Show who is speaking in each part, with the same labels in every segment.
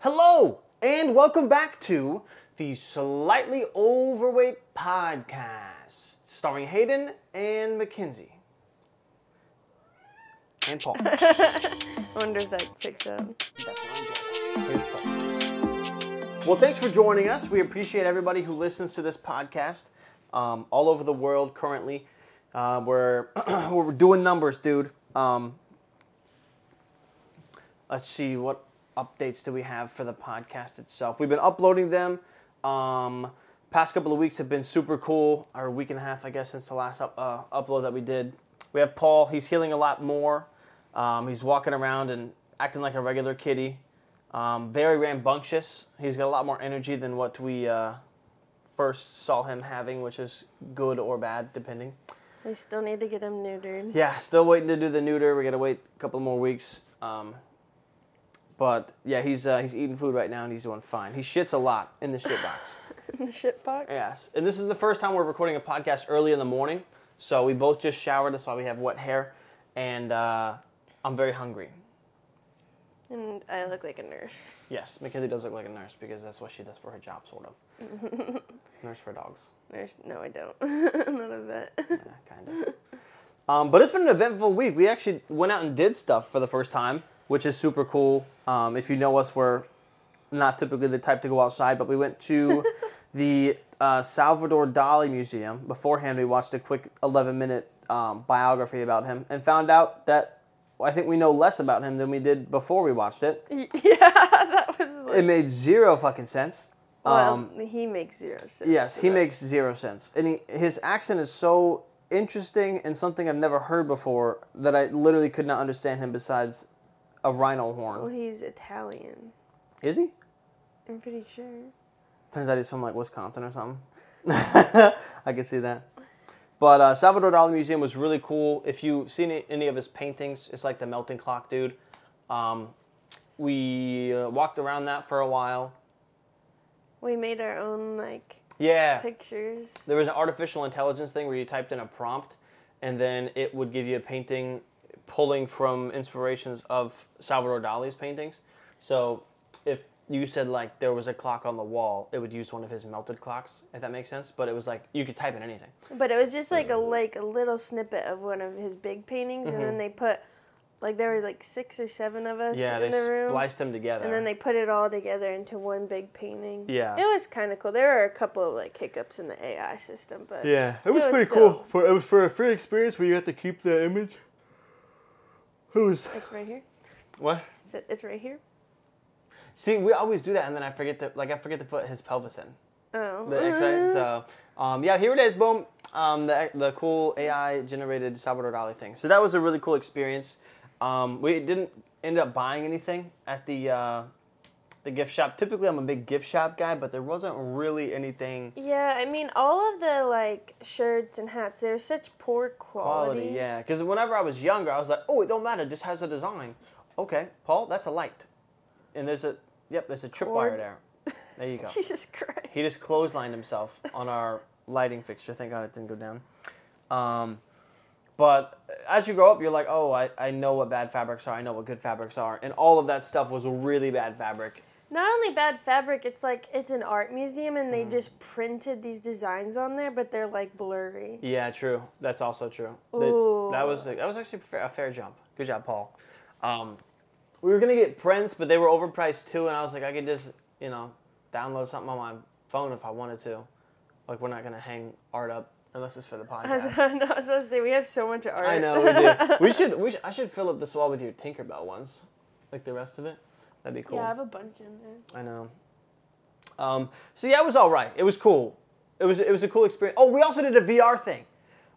Speaker 1: Hello, and welcome back to the Slightly Overweight Podcast, starring Hayden and Mackenzie. And Paul. That's
Speaker 2: I wonder if that picks up.
Speaker 1: what I'm doing. And Paul. Well, thanks for joining us. We appreciate everybody who listens to this podcast um, all over the world currently. Uh, we're, we're doing numbers, dude. Um, let's see what updates do we have for the podcast itself we've been uploading them um, past couple of weeks have been super cool or a week and a half i guess since the last up, uh, upload that we did we have paul he's healing a lot more um, he's walking around and acting like a regular kitty um, very rambunctious he's got a lot more energy than what we uh, first saw him having which is good or bad depending
Speaker 2: We still need to get him neutered.
Speaker 1: yeah, still waiting to do the neuter. We gotta wait a couple more weeks. Um, but yeah, he's uh, he's eating food right now and he's doing fine. He shits a lot in the shit box.
Speaker 2: In the shit box.
Speaker 1: yes, and this is the first time we're recording a podcast early in the morning, so we both just showered. That's why we have wet hair, and uh, I'm very hungry.
Speaker 2: And I look like a nurse.
Speaker 1: Yes, Mackenzie does look like a nurse because that's what she does for her job, sort of. nurse for dogs.
Speaker 2: Nurse? No, I don't. I'm not a vet.
Speaker 1: Yeah, kind of. um, but it's been an eventful week. We actually went out and did stuff for the first time, which is super cool. Um, if you know us, we're not typically the type to go outside, but we went to the uh, Salvador Dali Museum. Beforehand, we watched a quick 11 minute um, biography about him and found out that I think we know less about him than we did before we watched it.
Speaker 2: yeah, that was
Speaker 1: It
Speaker 2: like.
Speaker 1: made zero fucking sense.
Speaker 2: well, he makes zero sense.
Speaker 1: um, Yes,
Speaker 2: to
Speaker 1: he
Speaker 2: that.
Speaker 1: makes zero sense, and he, his accent is so interesting and something I've never heard before that I literally could not understand him. Besides a rhino
Speaker 2: Well,
Speaker 1: horn,
Speaker 2: he's Italian.
Speaker 1: is he?
Speaker 2: I'm pretty sure.
Speaker 1: Turns out he's from like Wisconsin or something. I can see that. But uh, Salvador Dali Museum was really cool. If you've seen any- any of his paintings, it's like the melting clock, dude. Um, we uh, walked around that for a while.
Speaker 2: We made our own, like,
Speaker 1: Yeah.
Speaker 2: pictures.
Speaker 1: there was an artificial intelligence thing where you typed in a prompt and then it would give you a painting pulling from inspirations of Salvador Dali's paintings. So if you said like there was a clock on the wall, it would use one of his melted clocks, if that makes sense. But it was like you could type in anything.
Speaker 2: But it was just like a like a little snippet of one of his big paintings,
Speaker 1: Mm-hmm.
Speaker 2: and then they put like there were like six or seven of us
Speaker 1: Yeah,
Speaker 2: in
Speaker 1: they
Speaker 2: the room,
Speaker 1: spliced them together.
Speaker 2: and then they put it all together into one big painting.
Speaker 1: Yeah.
Speaker 2: it was kind of cool. There were a couple of like hiccups in the AI system, but
Speaker 1: Yeah, it was,
Speaker 2: was
Speaker 1: pretty
Speaker 2: still-
Speaker 1: cool for it was for a free experience where you had to keep the image. It was
Speaker 2: it's right here.
Speaker 1: what?
Speaker 2: Is it, it's right here.
Speaker 1: See, we always do that, and then I forget to like I forget to put his pelvis in.
Speaker 2: Oh,
Speaker 1: The X-ray. So, um, yeah, here it is. Boom. Um, the, the cool AI generated Salvador Dali thing. So that was a really cool experience. Um, we didn't end up buying anything at the uh, the gift shop. Typically, I'm a big gift shop guy, but there wasn't really anything
Speaker 2: yeah. I mean, all of the like shirts and hats, they're such poor quality.
Speaker 1: quality. Yeah, because whenever I was younger, I was like, oh, it don't matter. It just has a design. Okay, Paul, that's a light. And there's a yep, there's a tripwire
Speaker 2: Cord.
Speaker 1: there. There you go.
Speaker 2: Jesus Christ.
Speaker 1: He just clotheslined himself on our lighting fixture. Thank God it didn't go down. Um, but as you grow up, you're like, oh, I, I know what bad fabrics are. I know what good fabrics are. And all of that stuff was really bad fabric.
Speaker 2: Not only bad fabric, it's like it's an art museum and
Speaker 1: Mm.
Speaker 2: they just printed these designs on there, but they're like blurry.
Speaker 1: Yeah, true. That's also true. That,
Speaker 2: Ooh.
Speaker 1: that was that was actually fair- a fair jump. Good job, Paul. Um, we were gonna get prints, but they were overpriced too. And I was like, I could just you know download something on my phone if I wanted to. Like we're not gonna hang art up unless it's for the podcast.
Speaker 2: I was, I was supposed to say we have so much art.
Speaker 1: I know we do. we should. We should, I should fill up this wall with your Tinkerbell ones, like the rest of it. That'd be cool.
Speaker 2: Yeah, I have a bunch in there.
Speaker 1: I know. Um, so yeah, it was all right. It was cool. It was it was a cool experience. Oh, we also did a VR thing.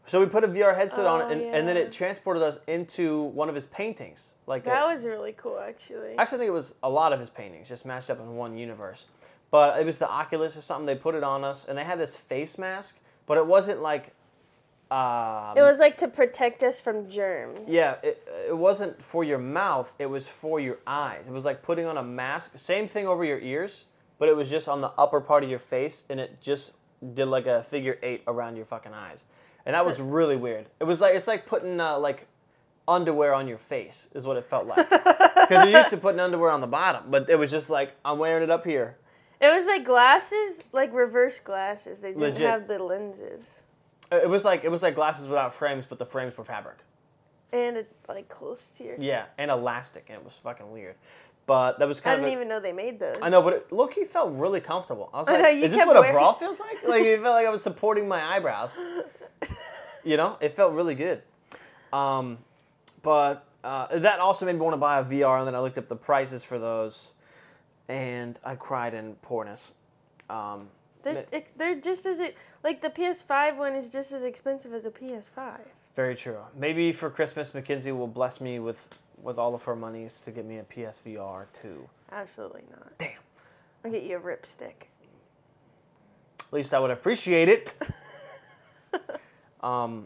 Speaker 1: So we put a VR headset on,
Speaker 2: Oh,
Speaker 1: it and, and then
Speaker 2: yeah.
Speaker 1: it transported us into one of his paintings. Like a-
Speaker 2: That was really cool, actually.
Speaker 1: I actually think it was a lot of his paintings just mashed up in one universe. But it was the Oculus or something. They put it on us, and they had this face mask, but it wasn't like. Um,
Speaker 2: It was like to protect us from germs.
Speaker 1: Yeah, it, it wasn't for your mouth, it was for your eyes. It was like putting on a mask, same thing over your ears, but it was just on the upper part of your face and it just did like a figure eight around your fucking eyes. And that was
Speaker 2: So-
Speaker 1: really weird. It was like it's like putting uh, like underwear on your face is what it felt like because you used to putting underwear on the bottom but it was just like i'm wearing it up here
Speaker 2: It was like glasses, like reverse glasses. They didn't
Speaker 1: Legit.
Speaker 2: have the lenses.
Speaker 1: Uh, It it was like it was like glasses without frames, but the frames were fabric.
Speaker 2: And it, like close to your.
Speaker 1: Yeah, and elastic, and it was fucking weird. But that was
Speaker 2: I
Speaker 1: kind
Speaker 2: didn't
Speaker 1: of. a-
Speaker 2: even know they made those.
Speaker 1: I know, but it, look, he felt really comfortable. I was
Speaker 2: I
Speaker 1: like,
Speaker 2: know, you
Speaker 1: "Is this
Speaker 2: kept
Speaker 1: what a
Speaker 2: wearing-
Speaker 1: bra feels like?" Like it felt like I was supporting my eyebrows. You know, it felt really good. Um, but uh, that also made me want to buy a VR, and then I looked up the prices for those, and I cried in poorness. Um,
Speaker 2: They're, ex- they're just as e- like the PS5 one is just as expensive as a PS5.
Speaker 1: Very true. Maybe for Christmas, Mackenzie will bless me with with all of her monies to get me a PSVR too.
Speaker 2: Absolutely not.
Speaker 1: Damn.
Speaker 2: I'll get you a ripstick.
Speaker 1: At least I would appreciate it. um,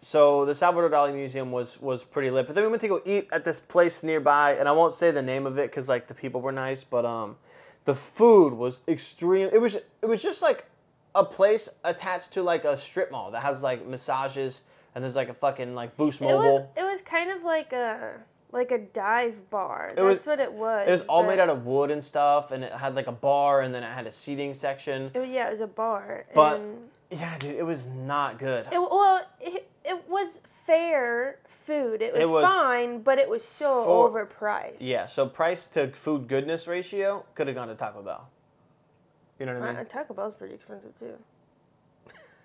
Speaker 1: so the Salvador Dali Museum was was pretty lit, but then we went to go eat at this place nearby, and I won't say the name of it because like the people were nice, but um, the food was extreme. It was it was just like a place attached to like a strip mall that has like massages and there's like a fucking like Boost Mobile.
Speaker 2: It was it was kind of like a like a dive bar. That's
Speaker 1: was-
Speaker 2: what it was.
Speaker 1: It was all
Speaker 2: but-
Speaker 1: made out of wood and stuff, and it had like a bar, and then it had a seating section.
Speaker 2: It was, yeah, it was a bar.
Speaker 1: But-
Speaker 2: and
Speaker 1: Yeah, dude, it was not good.
Speaker 2: it, well, it, it was fair food. It was,
Speaker 1: It was-
Speaker 2: fine, but it was so
Speaker 1: For-
Speaker 2: overpriced. Uh,
Speaker 1: Yeah, so price to food goodness ratio could have gone to Taco Bell. You know what I
Speaker 2: Uh,
Speaker 1: mean?
Speaker 2: Taco Bell's pretty expensive too.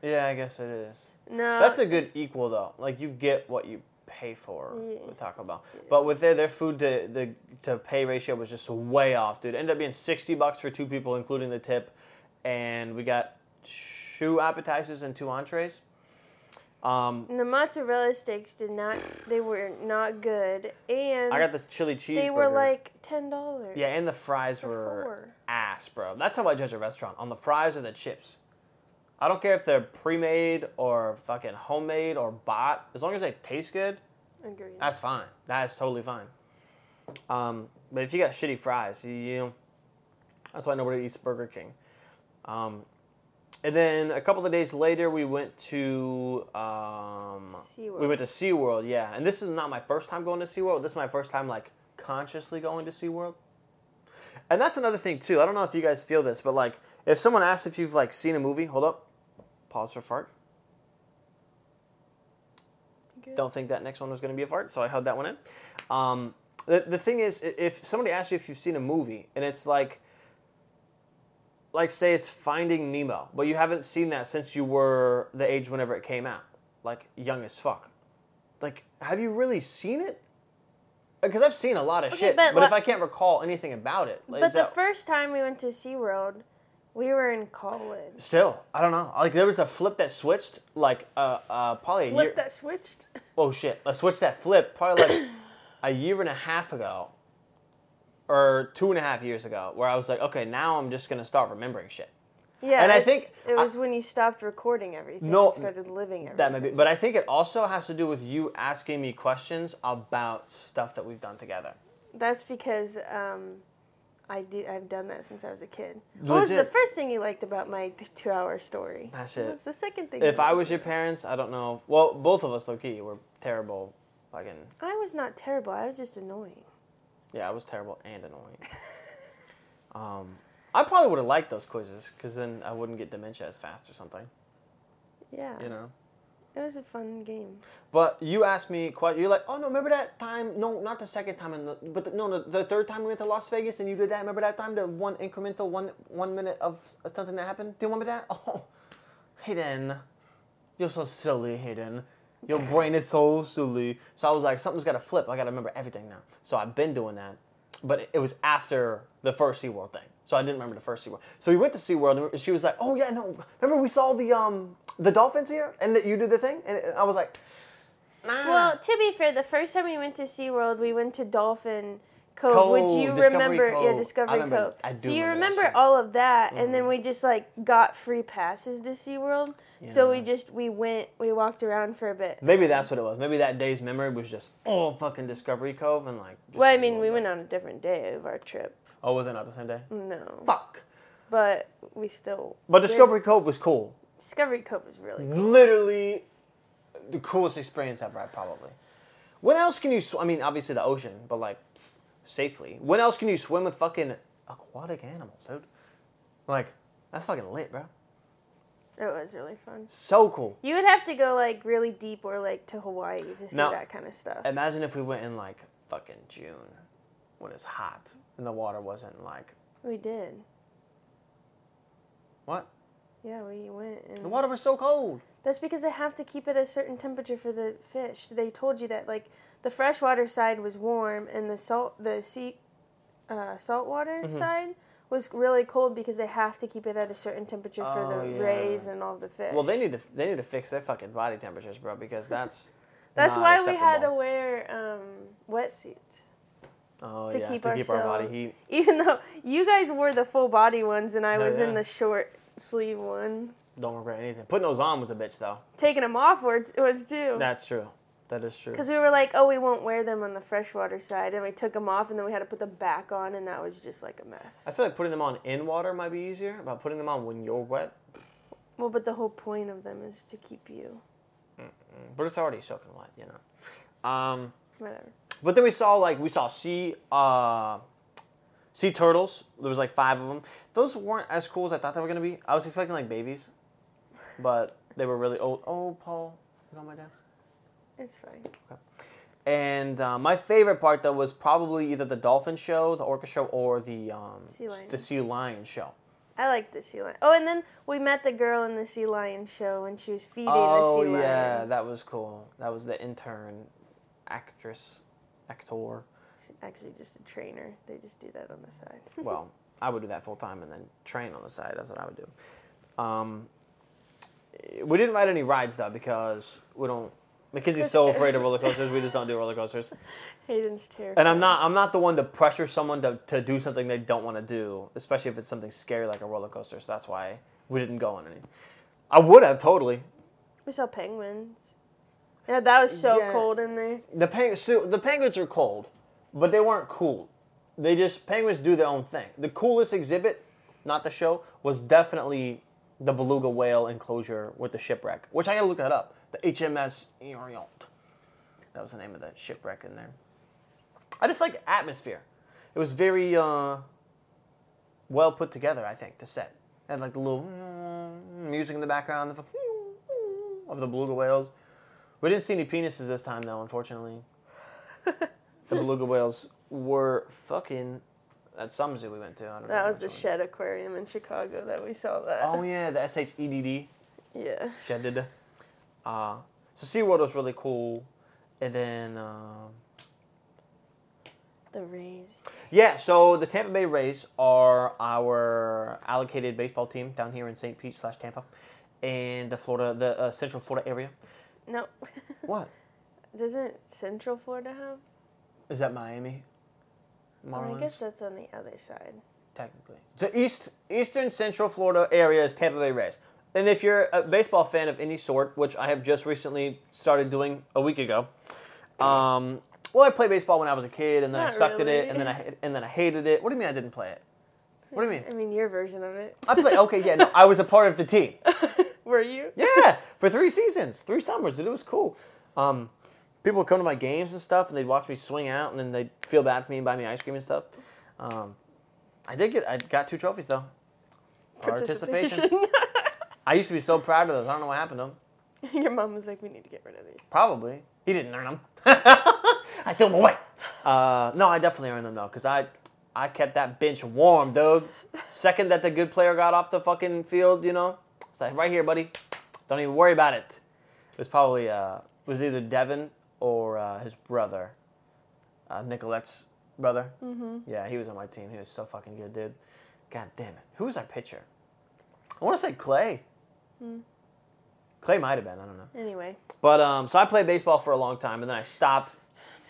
Speaker 1: Yeah, I guess it is.
Speaker 2: No,
Speaker 1: That's a good equal though. Like you get what you pay for
Speaker 2: Yeah.
Speaker 1: with Taco Bell, but with their their food to the to pay ratio was just way off, dude. Ended up being sixty bucks for two people, including the tip, and we got two appetizers and two entrees. Um,
Speaker 2: And the mozzarella sticks did not. They were not good, and
Speaker 1: I got this chili cheese.
Speaker 2: they were like ten dollars.
Speaker 1: yeah, and the fries were
Speaker 2: four.
Speaker 1: ass, bro. That's how I judge a restaurant on the fries or the chips. I don't care if they're pre-made or fucking homemade or bought. As long as they taste good,
Speaker 2: Agreed.
Speaker 1: that's fine. That's totally fine. Um, but if you got shitty fries, you, you that's why nobody eats Burger King. Um, and then a couple of days later, we went to um,
Speaker 2: SeaWorld.
Speaker 1: we went to SeaWorld, yeah. And this is not my first time going to SeaWorld. This is my first time like consciously going to SeaWorld. And that's another thing too. I don't know if you guys feel this, but like if someone asks if you've like seen a movie, hold up, pause for fart.
Speaker 2: Good.
Speaker 1: Don't think that next one was going to be a fart, so I held that one in. Um, the, the thing is, i- if somebody asks you if you've seen a movie, and it's like, like say it's Finding Nemo, but you haven't seen that since you were the age whenever it came out, like young as fuck. Like, have you really seen it? Because I've seen a lot of shit, but,
Speaker 2: but
Speaker 1: if
Speaker 2: li-
Speaker 1: I can't recall anything about it, like,
Speaker 2: but
Speaker 1: is
Speaker 2: the
Speaker 1: that-
Speaker 2: first time we went to SeaWorld, we were in college.
Speaker 1: still, I don't know. Like there was a flip that switched, like uh, uh, probably a year.
Speaker 2: Flip that switched.
Speaker 1: oh shit, let's switch that flip. Probably like a year and a half ago, or two and a half years ago, where I was like, okay, now I'm just gonna start remembering shit.
Speaker 2: Yeah,
Speaker 1: And I
Speaker 2: it's-
Speaker 1: think
Speaker 2: it
Speaker 1: I-
Speaker 2: was when you stopped recording everything.
Speaker 1: No,
Speaker 2: and started living everything.
Speaker 1: That may be, but I think it also has to do with you asking me questions about stuff that we've done together.
Speaker 2: That's because um, I do. I've done that since I was a kid. What was the
Speaker 1: Legit.
Speaker 2: first thing you liked about my two-hour story?
Speaker 1: That's it.
Speaker 2: What's the second thing?
Speaker 1: If
Speaker 2: you
Speaker 1: I
Speaker 2: liked?
Speaker 1: was your parents, I don't know. Well, both of us, low key, were terrible. Fucking
Speaker 2: I was not terrible. I was just annoying.
Speaker 1: yeah, I was terrible and annoying. um, I probably would have liked those quizzes because then I wouldn't get dementia as fast or something.
Speaker 2: Yeah.
Speaker 1: You know.
Speaker 2: It was a fun game.
Speaker 1: But you asked me, quite, you're like, oh no, remember that time? No, not the second time, and the, but the, no, the, the third time we went to Las Vegas and you did that. Remember that time, the one incremental one one minute of something that happened? Do you remember that? Oh, Hayden, you're so silly, Hayden. Your brain is so silly. So I was like, something's got to flip. I got to remember everything now. So I've been doing that, but it, it was after the first SeaWorld thing. So I didn't remember the first SeaWorld. So we went to SeaWorld and she was like, oh yeah, no, remember we saw the um the dolphins here and that you did the thing, and I was like. Nah.
Speaker 2: Well, to be fair, the first time we went to SeaWorld, we went to Dolphin Cove,
Speaker 1: Cove,
Speaker 2: which you
Speaker 1: Discovery
Speaker 2: remember.
Speaker 1: Cove.
Speaker 2: Yeah,
Speaker 1: I
Speaker 2: Discovery
Speaker 1: remember-
Speaker 2: Cove.
Speaker 1: I do
Speaker 2: so you
Speaker 1: remember that
Speaker 2: remember
Speaker 1: shit. Mm-hmm.
Speaker 2: all of that, and then we just like got free passes to SeaWorld. So we
Speaker 1: Yeah. Mm-hmm.
Speaker 2: just we went, we walked around for a bit.
Speaker 1: Maybe that's what it was. Maybe that day's memory was just all fucking Discovery Cove and like. just
Speaker 2: Well, I
Speaker 1: a
Speaker 2: mean,
Speaker 1: little
Speaker 2: we
Speaker 1: bit.
Speaker 2: went Mm. on a different day of our trip.
Speaker 1: Oh, was it not the same day?
Speaker 2: No,
Speaker 1: Fuck.
Speaker 2: but we still.
Speaker 1: But Discovery Mm-hmm. Cove was cool.
Speaker 2: Discovery Cove was really.
Speaker 1: Literally, the coolest experience ever. I probably. When else can you? Sw- I mean, obviously the ocean, but like safely. When else can you swim with fucking aquatic animals, dude? Like that's fucking lit, bro.
Speaker 2: It was really fun.
Speaker 1: So cool.
Speaker 2: You would have to go like really deep or like to Hawaii to see
Speaker 1: Now-
Speaker 2: that kind of stuff.
Speaker 1: Imagine if we went in like fucking June, when it's hot and the water wasn't like
Speaker 2: we did.
Speaker 1: what?
Speaker 2: Yeah, we went. And
Speaker 1: The water was so cold.
Speaker 2: That's because they have to keep it at a certain temperature for the fish. They told you that like the freshwater side was warm and the salt the sea uh, saltwater
Speaker 1: Mm-hmm.
Speaker 2: side was really cold because they have to keep it at a certain temperature for
Speaker 1: Oh,
Speaker 2: the
Speaker 1: yeah.
Speaker 2: rays and all the fish.
Speaker 1: Well, they need to they need to fix their fucking body temperatures, bro, because that's
Speaker 2: That's
Speaker 1: not
Speaker 2: why we had to
Speaker 1: acceptable.
Speaker 2: wear um, wetsuits.
Speaker 1: oh,
Speaker 2: to
Speaker 1: yeah,
Speaker 2: keep
Speaker 1: to keep our body
Speaker 2: ourselves-
Speaker 1: heat.
Speaker 2: Even though you guys wore the full body ones and I
Speaker 1: Hell
Speaker 2: was
Speaker 1: yeah.
Speaker 2: in the short sleeve one.
Speaker 1: Don't regret anything. Putting those on was a bitch though.
Speaker 2: Taking them off were, was too.
Speaker 1: That's true. That is true.
Speaker 2: Because we were like, oh, we won't wear them on the freshwater side. And we took them off and then we had to put them back on and that was just like a mess.
Speaker 1: I feel like putting them on in water might be easier, but putting them on when you're wet,
Speaker 2: Well, but the whole point of them is to keep you.
Speaker 1: but it's already soaking wet, you know. Um,
Speaker 2: Whatever.
Speaker 1: but then we saw like we saw sea uh, sea turtles. There was like five of them. Those weren't as cool as I thought they were gonna be. I was expecting like babies, but they were really old. Oh, Paul is on my desk.
Speaker 2: It's fine.
Speaker 1: And uh, my favorite part though was probably either the dolphin show, the orca show, or the um,
Speaker 2: Sea
Speaker 1: s-
Speaker 2: lion.
Speaker 1: the sea lion show.
Speaker 2: I like the sea lion. Oh, and then we met the girl in the sea lion show and she was feeding
Speaker 1: oh
Speaker 2: the sea lions.
Speaker 1: yeah, that was cool. That was the intern actress, actor.
Speaker 2: She's actually just a trainer. They just do that on the side.
Speaker 1: well, I would do that full time and then train on the side. That's what I would do. Um, we didn't ride any rides though because we don't. Mackenzie's so afraid of roller coasters. We just don't do roller coasters.
Speaker 2: Hayden's terrified.
Speaker 1: And I'm not. I'm not the one to pressure someone to, to do something they don't want to do, especially if it's something scary like a roller coaster. So that's why we didn't go on any. I would have totally.
Speaker 2: We saw penguins. Yeah, that was so
Speaker 1: Yeah.
Speaker 2: cold in there.
Speaker 1: The peng- so the penguins are cold, but they weren't cool. They just penguins do their own thing. The coolest exhibit, not the show, was definitely the beluga whale enclosure with the shipwreck, which I gotta look that up. The HMS Orient. That was the name of the shipwreck in there. I just like the atmosphere. It was very uh, well put together. I think the set it had like the little music in the background the of the beluga whales. We didn't see any penises this time, though, unfortunately. the beluga whales were fucking at some zoo we went to. I don't
Speaker 2: That
Speaker 1: know
Speaker 2: was the
Speaker 1: which
Speaker 2: Shed Aquarium in Chicago that we saw that.
Speaker 1: one. Oh yeah, the S H E D D
Speaker 2: yeah.
Speaker 1: shedded. Uh, so SeaWorld was really cool, and then um
Speaker 2: The Rays.
Speaker 1: yeah, so the Tampa Bay Rays are our allocated baseball team down here in St. Pete slash Tampa, and the Florida, the uh, Central Florida area.
Speaker 2: No.
Speaker 1: What
Speaker 2: Doesn't Central Florida have?
Speaker 1: is that? Miami.
Speaker 2: Well,
Speaker 1: Marlins?
Speaker 2: I guess that's on the other side.
Speaker 1: technically. The east, eastern central Florida area is Tampa Bay Rays. And if you're a baseball fan of any sort, which I have just recently started doing a week ago, um, well, I played baseball when I was a kid, and then I
Speaker 2: Not
Speaker 1: sucked at it,
Speaker 2: really.
Speaker 1: and then I ha- and then I hated it. What do you mean I didn't play it? What do you mean?
Speaker 2: I mean, your version of it.
Speaker 1: I played. Okay, yeah, no, I was a part of the team.
Speaker 2: Were you?
Speaker 1: Yeah, for three seasons, three summers, dude. It was cool. Um, people would come to my games and stuff, and they'd watch me swing out, and then they'd feel bad for me and buy me ice cream and stuff. Um, I did get, I got two trophies though. Participation. I used to be so proud of those. I don't know what happened to them.
Speaker 2: your mom was like, "We need to get rid of these."
Speaker 1: Probably he didn't earn them. I threw them away. Uh, no, I definitely earned them though, cause I, I kept that bench warm, dude. Second that the good player got off the fucking field, you know, it's like right here, buddy. Don't even worry about it. It was probably uh, it was either Devin or uh, his brother, uh, Nicolette's brother. Mm-hmm. Yeah, he was on my team. He was so fucking good, dude. God damn it. Who was our pitcher? I want to say Clay. Hmm. Clay might have been. I don't know.
Speaker 2: Anyway,
Speaker 1: But um, so I played baseball for a long time, and then I stopped.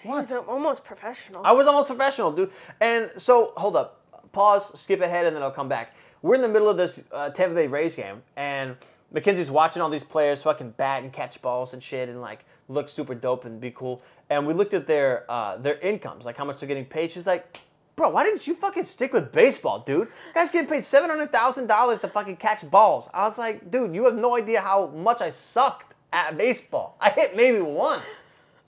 Speaker 2: he's al- almost professional.
Speaker 1: I was almost professional, dude. And so hold up, pause, skip ahead, and then I'll come back. We're in the middle of this uh, Tampa Bay Rays game, and Mackenzie's watching all these players fucking bat and catch balls and shit, and like look super dope and be cool. And we looked at their uh, their incomes, like how much they're getting paid. She's like. Bro, why didn't you fucking stick with baseball, dude? Guys getting paid seven hundred thousand dollars to fucking catch balls. I was like, dude, you have no idea how much I sucked at baseball. I hit maybe one.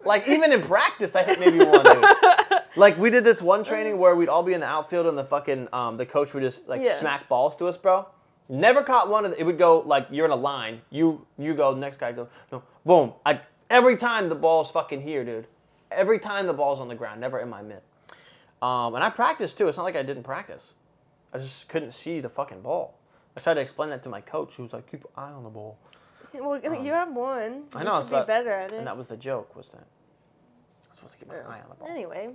Speaker 1: Like even in practice, I hit maybe one. Dude. Like we did this one training where we'd all be in the outfield and the fucking um, the coach would just like
Speaker 2: Yeah.
Speaker 1: smack balls to us, bro. Never caught one of the, it would go like you're in a line, you you go, next guy goes, no, boom. I every time the ball's fucking here, dude. Every time the ball's on the ground, never in my mitt. Um, and I practiced too. It's not like I didn't practice. I just couldn't see the fucking ball. I tried to explain that to my coach, who was like, "Keep an eye on the ball."
Speaker 2: Well, you have one.
Speaker 1: I know,
Speaker 2: You should
Speaker 1: so
Speaker 2: be better at it.
Speaker 1: And that was the joke, was that I was supposed to keep my eye on the ball.
Speaker 2: Anyway,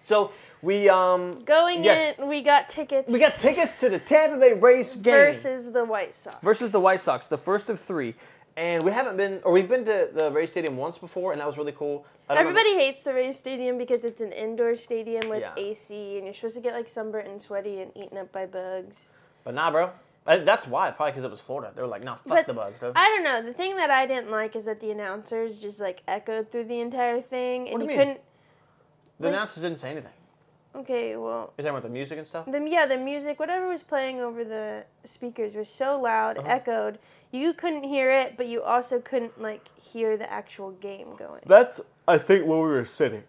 Speaker 1: So we um
Speaker 2: going
Speaker 1: Yes.
Speaker 2: in, we got tickets.
Speaker 1: we got tickets to the Tampa Bay Rays game
Speaker 2: versus the White Sox.
Speaker 1: versus the White Sox, the first of three. And we haven't been, or we've been to the Rays Stadium once before, and that was really cool. I don't
Speaker 2: Everybody hates the Rays Stadium because it's an indoor stadium with
Speaker 1: Yeah.
Speaker 2: AC, and you're supposed to get like sunburnt and sweaty and eaten up by bugs.
Speaker 1: remember- but nah, bro. I- That's why, probably because it was Florida. They were like, nah, fuck
Speaker 2: But
Speaker 1: the bugs. Dude.
Speaker 2: I don't know. The thing that I didn't like is that the announcers just like echoed through the entire thing, and
Speaker 1: What do you
Speaker 2: you
Speaker 1: mean?
Speaker 2: couldn't.
Speaker 1: the
Speaker 2: like-
Speaker 1: announcers didn't say anything.
Speaker 2: Okay, well,
Speaker 1: Is that with the music and stuff?
Speaker 2: the yeah the music whatever was playing over the speakers was so loud
Speaker 1: Uh-huh.
Speaker 2: it echoed you couldn't hear it but you also couldn't like hear the actual game going
Speaker 1: That's, I think, where we were sitting.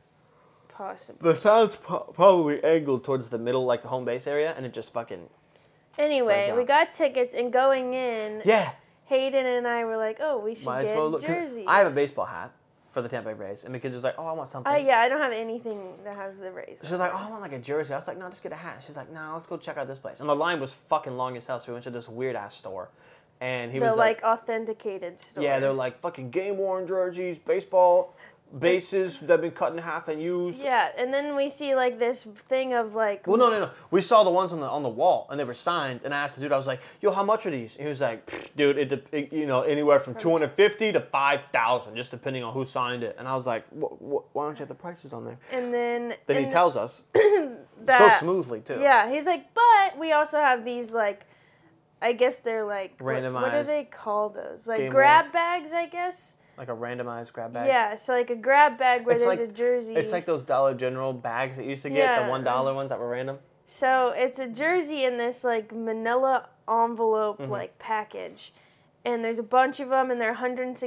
Speaker 2: possibly
Speaker 1: The sound's probably angled towards the middle, like the home base area, and it just fucking.
Speaker 2: anyway
Speaker 1: out.
Speaker 2: we got tickets and going in
Speaker 1: Yeah.
Speaker 2: hayden and i were like oh we should
Speaker 1: Might as
Speaker 2: get
Speaker 1: well look. 'cause
Speaker 2: jerseys
Speaker 1: I have a baseball hat for the Tampa Bay Rays, and my kids was like, oh, I want something.
Speaker 2: uh, yeah i don't have anything that has the rays
Speaker 1: She was
Speaker 2: on
Speaker 1: like,
Speaker 2: it.
Speaker 1: oh, I want like a jersey. I was like, no, just get a hat. She's like, no, let's go check out this place. And the line was fucking long as hell, so we went to this weird ass store. And he
Speaker 2: the
Speaker 1: was
Speaker 2: like,
Speaker 1: like,
Speaker 2: authenticated store
Speaker 1: yeah, they're like fucking game worn jerseys, baseball bases that have been cut in half and used.
Speaker 2: yeah and then we see like this thing of like
Speaker 1: Well, no, no, no. We saw the ones on the on the wall, and they were signed. And I asked the dude, I was like, "Yo, how much are these?" And he was like, "Pfft, "Dude, it, dep- it you know anywhere from two hundred fifty to five thousand, just depending on who signed it." And I was like, "Wh- wh- "Why don't you have the prices on there?"
Speaker 2: and then
Speaker 1: Then he
Speaker 2: and
Speaker 1: tells us so
Speaker 2: that-
Speaker 1: smoothly too.
Speaker 2: Yeah, he's like, but we also have these like, I guess they're like what- What, do
Speaker 1: Randomized
Speaker 2: they call those? Like
Speaker 1: game
Speaker 2: grab bags, I guess.
Speaker 1: like a randomized grab bag.
Speaker 2: Yeah, so like a grab bag where
Speaker 1: It's
Speaker 2: there's
Speaker 1: like-
Speaker 2: a jersey.
Speaker 1: It's like those Dollar General bags that you used to get,
Speaker 2: Yeah.
Speaker 1: the one dollar ones that were random.
Speaker 2: so it's a jersey in this like Manila envelope
Speaker 1: Mm-hmm.
Speaker 2: like package. And there's a bunch of them, and they're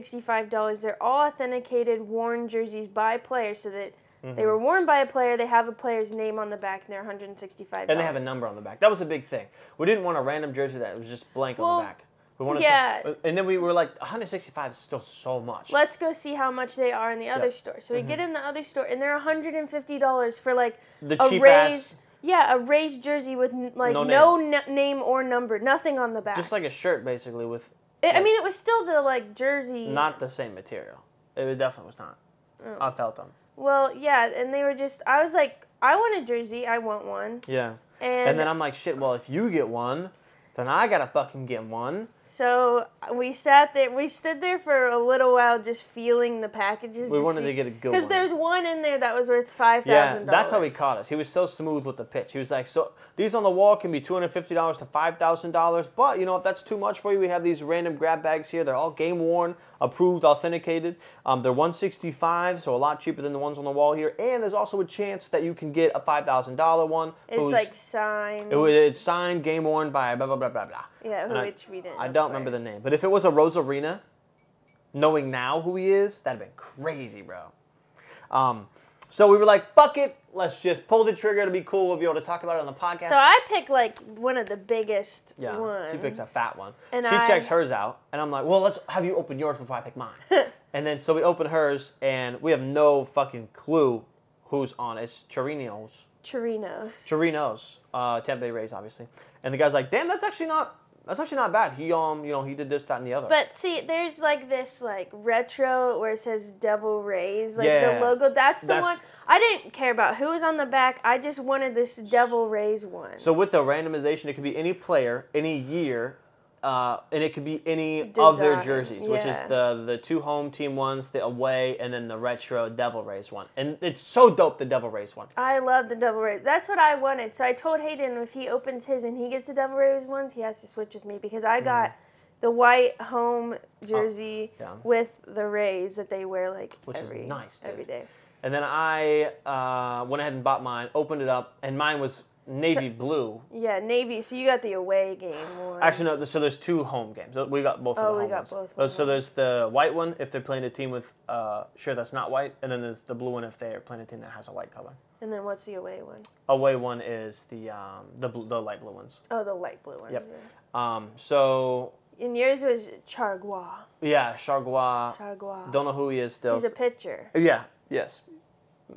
Speaker 2: $165. They're all authenticated, worn jerseys by players, so that
Speaker 1: Mm-hmm.
Speaker 2: they were worn by a player. They have a player's name on the back, and they're $165.
Speaker 1: And they have a number on the back. That was a big thing. We didn't want a random jersey that was just blank
Speaker 2: Well,
Speaker 1: on the back. We wanted
Speaker 2: yeah.
Speaker 1: some- and then we were like 165 is still so much.
Speaker 2: let's go see how much they are in the other
Speaker 1: Yep.
Speaker 2: store. So we get in the other store, and they're hundred and fifty dollars for like
Speaker 1: The
Speaker 2: a
Speaker 1: cheap
Speaker 2: raised,
Speaker 1: ass-
Speaker 2: yeah, a raised jersey with n- like
Speaker 1: No
Speaker 2: no,
Speaker 1: name.
Speaker 2: n- name or number, nothing on the back.
Speaker 1: Just like a shirt basically with
Speaker 2: I- I mean, it was still the like jersey.
Speaker 1: not the same material. It was- definitely was not.
Speaker 2: Oh.
Speaker 1: I felt them.
Speaker 2: well, yeah, and they were just. I was like, I want a jersey. I want one.
Speaker 1: Yeah.
Speaker 2: And,
Speaker 1: And, then I'm like, shit, well, if you get one, then I gotta fucking get one.
Speaker 2: so we sat there. We stood there for a little while, just feeling the packages.
Speaker 1: We wanted to get a good
Speaker 2: because
Speaker 1: one.
Speaker 2: there's one in there that was worth five
Speaker 1: Yeah,
Speaker 2: thousand.
Speaker 1: that's how he caught us. He was so smooth with the pitch. He was like, "So these on the wall can be two hundred fifty dollars to five thousand dollars, but you know if that's too much for you, we have these random grab bags here. They're all game worn, approved, authenticated. Um, they're one sixty five, so a lot cheaper than the ones on the wall here. And there's also a chance that you can get a five thousand dollar one.
Speaker 2: It's
Speaker 1: who's-
Speaker 2: like signed.
Speaker 1: it was, it's signed, game worn by blah blah blah blah blah.
Speaker 2: yeah,
Speaker 1: And I-
Speaker 2: which we didn't.
Speaker 1: I
Speaker 2: look
Speaker 1: don't
Speaker 2: for.
Speaker 1: remember the name, but if it was a Rosarina, knowing now who he is, that'd have been crazy, bro. Um, so we were like, fuck it, let's just pull the trigger. It'll be cool. We'll be able to talk about it on the podcast.
Speaker 2: So I pick like one of the biggest
Speaker 1: yeah,
Speaker 2: ones.
Speaker 1: she picks a fat one.
Speaker 2: And
Speaker 1: she
Speaker 2: I-
Speaker 1: checks hers out, and I'm like, well, let's have you open yours before I pick mine. and then so we open hers, and we have no fucking clue who's on it. It's Chirinos.
Speaker 2: Chirinos.
Speaker 1: Chirinos, uh, Tampa Bay Rays, obviously. And the guy's like, damn, that's actually not. That's actually not bad. He um, you know, he did this, that, and the other.
Speaker 2: but see, there's like this like retro where it says Devil Rays, like
Speaker 1: Yeah.
Speaker 2: the logo. That's the
Speaker 1: That's-
Speaker 2: one. I didn't care about who was on the back. I just wanted this Devil Rays one.
Speaker 1: So with the randomization, it could be any player, any year, uh, and it could be any of their
Speaker 2: Design,
Speaker 1: jerseys, which is
Speaker 2: yeah.
Speaker 1: the the two home team ones, the away, and then the retro Devil Rays one. And it's so dope, the Devil Rays one.
Speaker 2: I love the Devil Rays. That's what I wanted. So I told Hayden if he opens his and he gets the Devil Rays ones, he has to switch with me because I got the white home jersey
Speaker 1: Mm. Oh, yeah.
Speaker 2: with the Rays that they wear like
Speaker 1: Which is
Speaker 2: every
Speaker 1: nice, dude.
Speaker 2: every day.
Speaker 1: And then I uh, went ahead and bought mine, opened it up, and mine was navy blue.
Speaker 2: Yeah, Navy. So you got the away game more.
Speaker 1: Actually, no. So there's two home games. We got both. of
Speaker 2: Oh,
Speaker 1: the
Speaker 2: we
Speaker 1: home
Speaker 2: got
Speaker 1: ones.
Speaker 2: both
Speaker 1: Uh,
Speaker 2: home
Speaker 1: So there's the white one if they're playing a team with uh, sure that's not white, and then there's the blue one if they're playing a team that has a white color.
Speaker 2: And then what's the away one?
Speaker 1: Away one is the um, the blue, the light blue ones.
Speaker 2: Oh, the light blue one.
Speaker 1: Yep. Um, so
Speaker 2: Yeah. And yours was Chargua.
Speaker 1: yeah, Chargois.
Speaker 2: Chargua.
Speaker 1: Don't know who he is still.
Speaker 2: He's a pitcher.
Speaker 1: yeah. Yes.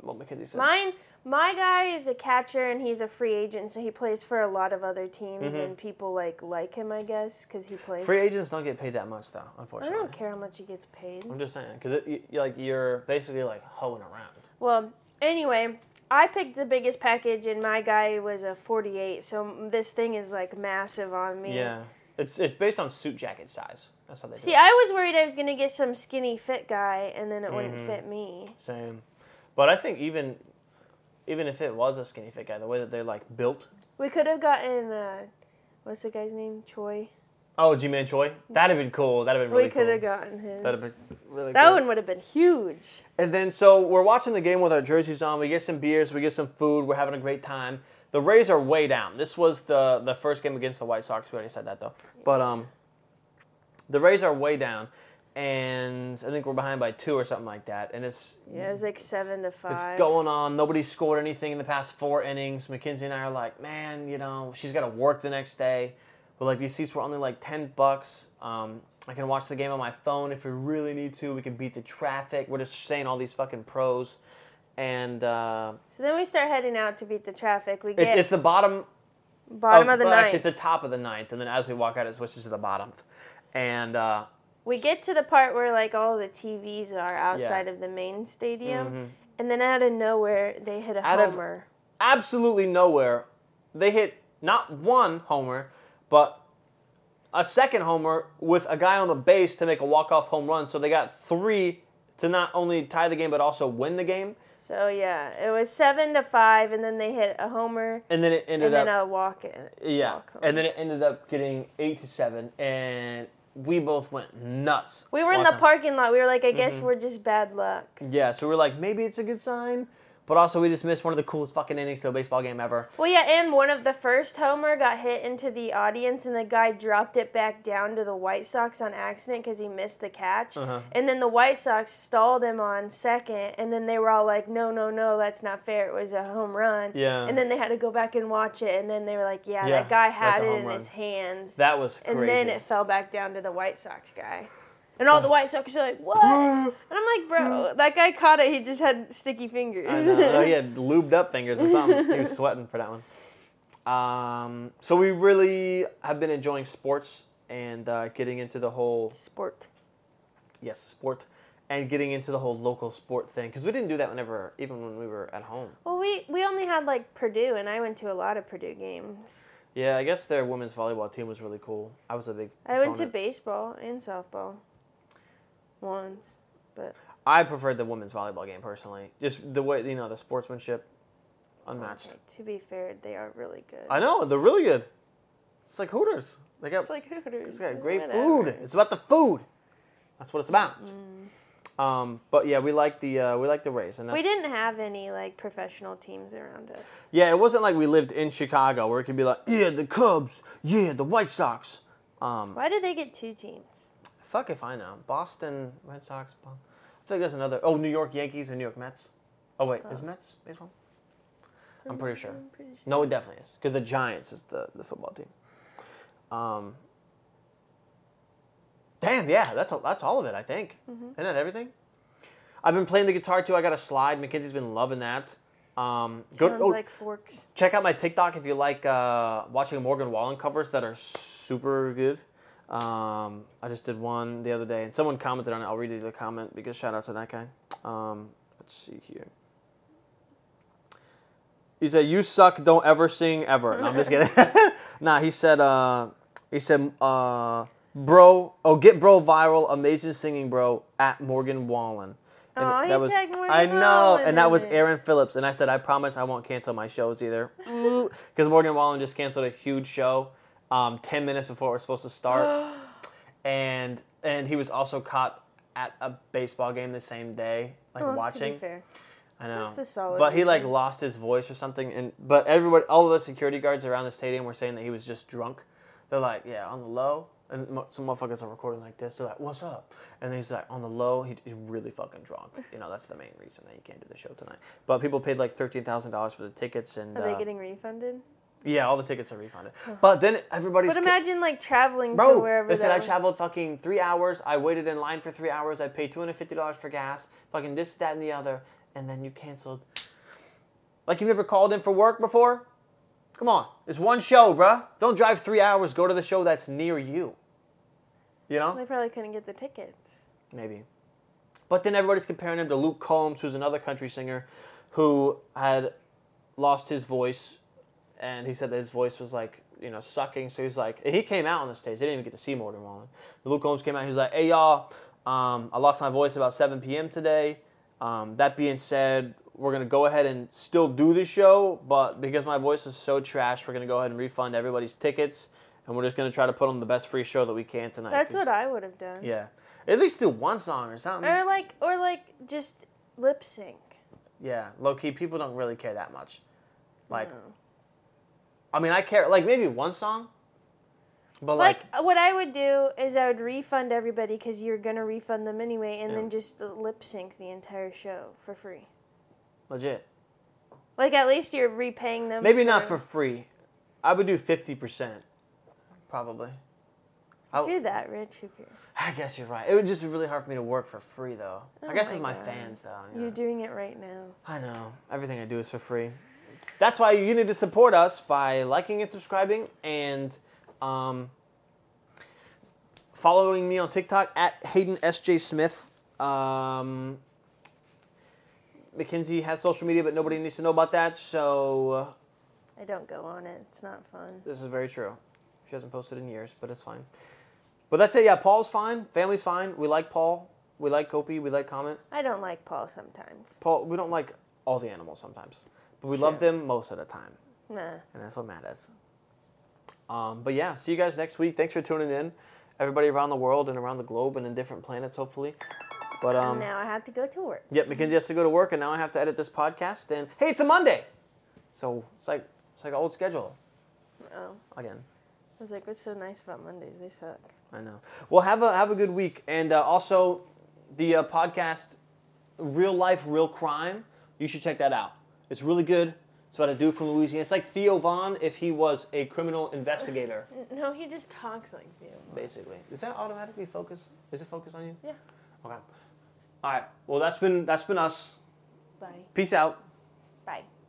Speaker 1: Well, McKenzie said.
Speaker 2: Mine, my guy is a catcher and he's a free agent, so he plays for a lot of other teams and people like like him, I guess, because he plays.
Speaker 1: Mm-hmm. Free agents don't get paid that much though,
Speaker 2: I
Speaker 1: unfortunately.
Speaker 2: don't care how much he gets paid.
Speaker 1: I'm just saying because like you're basically like hoeing around.
Speaker 2: Well, anyway, I picked the biggest package and my guy was a 48, so this thing is like massive on me.
Speaker 1: Yeah. It's it's based on suit jacket size. That's how they
Speaker 2: See,
Speaker 1: do it.
Speaker 2: I was worried I was gonna get some skinny fit guy, and then it
Speaker 1: Mm-hmm.
Speaker 2: wouldn't fit me.
Speaker 1: Same. But I think even even if it was a skinny fit guy, the way that they're like built.
Speaker 2: We could have gotten uh, what's the guy's name? Choi.
Speaker 1: Oh, G Man Choi. That'd have been cool. That'd have been really
Speaker 2: we could have
Speaker 1: cool.
Speaker 2: gotten his.
Speaker 1: That'd have been really
Speaker 2: that
Speaker 1: cool.
Speaker 2: one would have been huge.
Speaker 1: And then so we're watching the game with our jerseys on. We get some beers, we get some food, we're having a great time. The Rays are way down. This was the the first game against the White Sox. We already said that though. But um the Rays are way down and I think we're behind by 2 or something like that. And it's
Speaker 2: Yeah, it was like seven to five.
Speaker 1: It's going on. Nobody's scored anything in the past four innings. Mackenzie and I are like, man, you know, she's got to work the next day. But like these seats were only like ten bucks. Um, I can watch the game on my phone if we really need to. We can beat the traffic. We're just saying all these fucking pros, and uh,
Speaker 2: So then we start heading out to beat the traffic. We get
Speaker 1: it's it's the bottom
Speaker 2: bottom of the
Speaker 1: well,
Speaker 2: ninth.
Speaker 1: Actually, it's the top of the ninth, and then as we walk out, it switches to the bottom, and uh,
Speaker 2: we get to the part where like all the TVs are outside of the main stadium, and then out of nowhere they hit a
Speaker 1: Mm-hmm. Out of-
Speaker 2: homer.
Speaker 1: absolutely nowhere. They hit not one homer, but a second homer with a guy on the base to make a walk-off home run. So they got three to not only tie the game but also win the game.
Speaker 2: so yeah, it was seven to five, and then they hit a homer
Speaker 1: And then it ended
Speaker 2: and then
Speaker 1: up
Speaker 2: a walk in.
Speaker 1: yeah,
Speaker 2: walk home.
Speaker 1: and then it ended up getting eight to seven, and we both went nuts.
Speaker 2: we were in the
Speaker 1: watching.
Speaker 2: parking lot. We were like, I guess
Speaker 1: Mm-hmm.
Speaker 2: we're just bad luck.
Speaker 1: Yeah, so we were like, maybe it's a good sign. But also, we just missed one of the coolest fucking innings to a baseball game ever.
Speaker 2: Well, yeah, and one of the first homer got hit into the audience, and the guy dropped it back down to the White Sox on accident because he missed the catch.
Speaker 1: Uh-huh.
Speaker 2: And then the White Sox stalled him on second, and then they were all like, "No, no, no, that's not fair. It was a home run."
Speaker 1: Yeah.
Speaker 2: And then they had to go back and watch it, and then they were like, "Yeah,
Speaker 1: Yeah,
Speaker 2: that guy
Speaker 1: that's
Speaker 2: had
Speaker 1: a
Speaker 2: it
Speaker 1: home
Speaker 2: in
Speaker 1: run.
Speaker 2: his hands."
Speaker 1: That was crazy.
Speaker 2: and then it fell back down to the White Sox guy. And all the White Sox are like, "What?" and I'm like, "Bro, that guy caught it. He just had sticky fingers."
Speaker 1: I know. Oh, he had lubed up fingers or something. he was sweating for that one. Um, so we really have been enjoying sports and uh, getting into the whole
Speaker 2: Sport.
Speaker 1: yes sport and getting into the whole local sport thing because we didn't do that whenever even when we were at home.
Speaker 2: Well, we we only had like Purdue, and I went to a lot of Purdue games.
Speaker 1: Yeah, I guess their women's volleyball team was really cool. I was a big.
Speaker 2: I went to
Speaker 1: proponent.
Speaker 2: baseball and softball once, but
Speaker 1: I preferred the women's volleyball game personally. Just the way you know the sportsmanship, unmatched.
Speaker 2: okay, to be fair, they are really good.
Speaker 1: I know they're really good. It's like Hooters. They got
Speaker 2: it's like Hooters.
Speaker 1: It's got great
Speaker 2: whatever.
Speaker 1: food. It's about the food. That's what it's about. Um, but yeah, we like the uh, we like the Rays, and that's,
Speaker 2: Mm. We didn't have any like professional teams around us.
Speaker 1: Yeah, it wasn't like we lived in Chicago where it could be like, yeah, the Cubs, yeah, the White Sox. Um,
Speaker 2: Why did they get two teams?
Speaker 1: fuck if I know. Boston Red Sox. Bo- I think there's another. Oh, New York Yankees and New York Mets. Oh wait, is Mets baseball? I'm pretty sure.
Speaker 2: I'm pretty sure.
Speaker 1: No, it definitely is because the Giants is the the football team. Um. Damn, yeah, that's a, that's all of it. I think.
Speaker 2: Mm-hmm.
Speaker 1: Isn't that everything? I've been playing the guitar too. I got a slide. Mackenzie's been loving that. Um, go
Speaker 2: Sounds
Speaker 1: oh,
Speaker 2: like forks.
Speaker 1: check out my TikTok if you like uh, watching Morgan Wallen covers that are super good. Um, I just did one the other day, and someone commented on it. I'll read you the comment because shout out to that guy. Um, let's see here. He said, "You suck. Don't ever sing ever." No, I'm just kidding. nah, he said. Uh, he said, uh, "Bro, oh get bro viral. Amazing singing, bro." At Morgan Wallen. And
Speaker 2: Aw, he
Speaker 1: was
Speaker 2: tagged Morgan
Speaker 1: I know,
Speaker 2: Wallen
Speaker 1: and that
Speaker 2: in
Speaker 1: was
Speaker 2: it.
Speaker 1: Aaron Phillips. And I said, I promise I won't cancel my shows either, because Morgan Wallen just canceled a huge show, um, ten minutes before it was supposed to start, and and he was also caught at a baseball game the same day, like
Speaker 2: Well, Oh, to be
Speaker 1: watching.
Speaker 2: fair.
Speaker 1: I know.
Speaker 2: That's a solid
Speaker 1: But he like
Speaker 2: reason.
Speaker 1: lost his voice or something, and but everybody, all of the security guards around the stadium were saying that he was just drunk. They're like, yeah, on the low, and mo- some motherfuckers are recording like this. They're like, what's up? And he's like, on the low, he, he's really fucking drunk. You know, that's the main reason that he can't do the show tonight. But people paid like thirteen thousand dollars for the tickets, and
Speaker 2: Are
Speaker 1: uh,
Speaker 2: they getting refunded?
Speaker 1: yeah, all the tickets are refunded. But then everybody's
Speaker 2: But imagine like traveling to
Speaker 1: Bro,
Speaker 2: wherever
Speaker 1: they said
Speaker 2: that
Speaker 1: I
Speaker 2: was-
Speaker 1: traveled fucking three hours. I waited in line for three hours. I paid two hundred fifty dollars for gas. Fucking this, that, and the other, and then you canceled. Like you never called in for work before? Come on, it's one show, bruh. Don't drive three hours. Go to the show that's near you. You know,
Speaker 2: They probably couldn't get the tickets.
Speaker 1: maybe. But then everybody's comparing him to Luke Combs, who's another country singer, who had lost his voice, and he said that his voice was like you know sucking. So he's like, and he came out on the stage. They didn't even get to see Morgan Wallen. Luke Combs came out. He was like, "Hey y'all, um, I lost my voice about 7 p.m. today. Um, that being said, we're gonna go ahead and still do the show, but because my voice is so trash, we're gonna go ahead and refund everybody's tickets, and we're just gonna try to put on the best free show that we can tonight."
Speaker 2: That's
Speaker 1: 'cause-
Speaker 2: what I would have done.
Speaker 1: yeah. At least do one song or something.
Speaker 2: Or like, or like, just lip sync.
Speaker 1: yeah, low key, people don't really care that much. Like,
Speaker 2: No.
Speaker 1: I mean, I care, like, maybe one song, but like,
Speaker 2: Like, uh, what I would do is I would refund everybody because you're gonna refund them anyway, and
Speaker 1: Yeah.
Speaker 2: then just lip sync the entire show for free.
Speaker 1: legit.
Speaker 2: Like at least you're repaying them.
Speaker 1: Maybe not for free. I would do 50%, probably.
Speaker 2: If
Speaker 1: I,
Speaker 2: you're that rich, who cares?
Speaker 1: I guess you're right. It would just be really hard for me to work for free, though. I
Speaker 2: Oh
Speaker 1: guess
Speaker 2: my
Speaker 1: it's my
Speaker 2: God.
Speaker 1: fans, though. you know.
Speaker 2: You're doing it right now.
Speaker 1: I know. Everything I do is for free. That's why you need to support us by liking and subscribing and um, following me on TikTok at Hayden SJ Smith. Um, Mackenzie has social media, but nobody needs to know about that. So uh,
Speaker 2: I don't go on it. It's not fun.
Speaker 1: this is very true. She hasn't posted in years, but it's fine. But that's it. Yeah, Paul's fine. Family's fine. We like Paul. We like Kopi. We like Comment.
Speaker 2: I don't like Paul sometimes.
Speaker 1: Paul. We don't like all the animals sometimes, but we love
Speaker 2: Sure.
Speaker 1: them most of the time.
Speaker 2: Nah.
Speaker 1: and that's what matters. Um, but yeah, see you guys next week. Thanks for tuning in, everybody around the world and around the globe and in different planets, hopefully. But um,
Speaker 2: now I have to go to work.
Speaker 1: yep, Mackenzie has to go to work, and now I have to edit this podcast. And hey, it's a Monday, so it's like it's like an old schedule
Speaker 2: Oh,
Speaker 1: again.
Speaker 2: I was like, what's so nice about Mondays? They suck.
Speaker 1: I know. Well, have a have a good week, and uh, also the uh, podcast, real life, real crime. You should check that out. It's really good. It's about a dude from Louisiana. It's like Theo Vaughn if he was a criminal investigator.
Speaker 2: No, he just talks like you.
Speaker 1: basically. Is that automatically focus? Is it focused on you?
Speaker 2: Yeah.
Speaker 1: Okay. All right. Well, that's been that's been us.
Speaker 2: Bye.
Speaker 1: Peace out.
Speaker 2: Bye.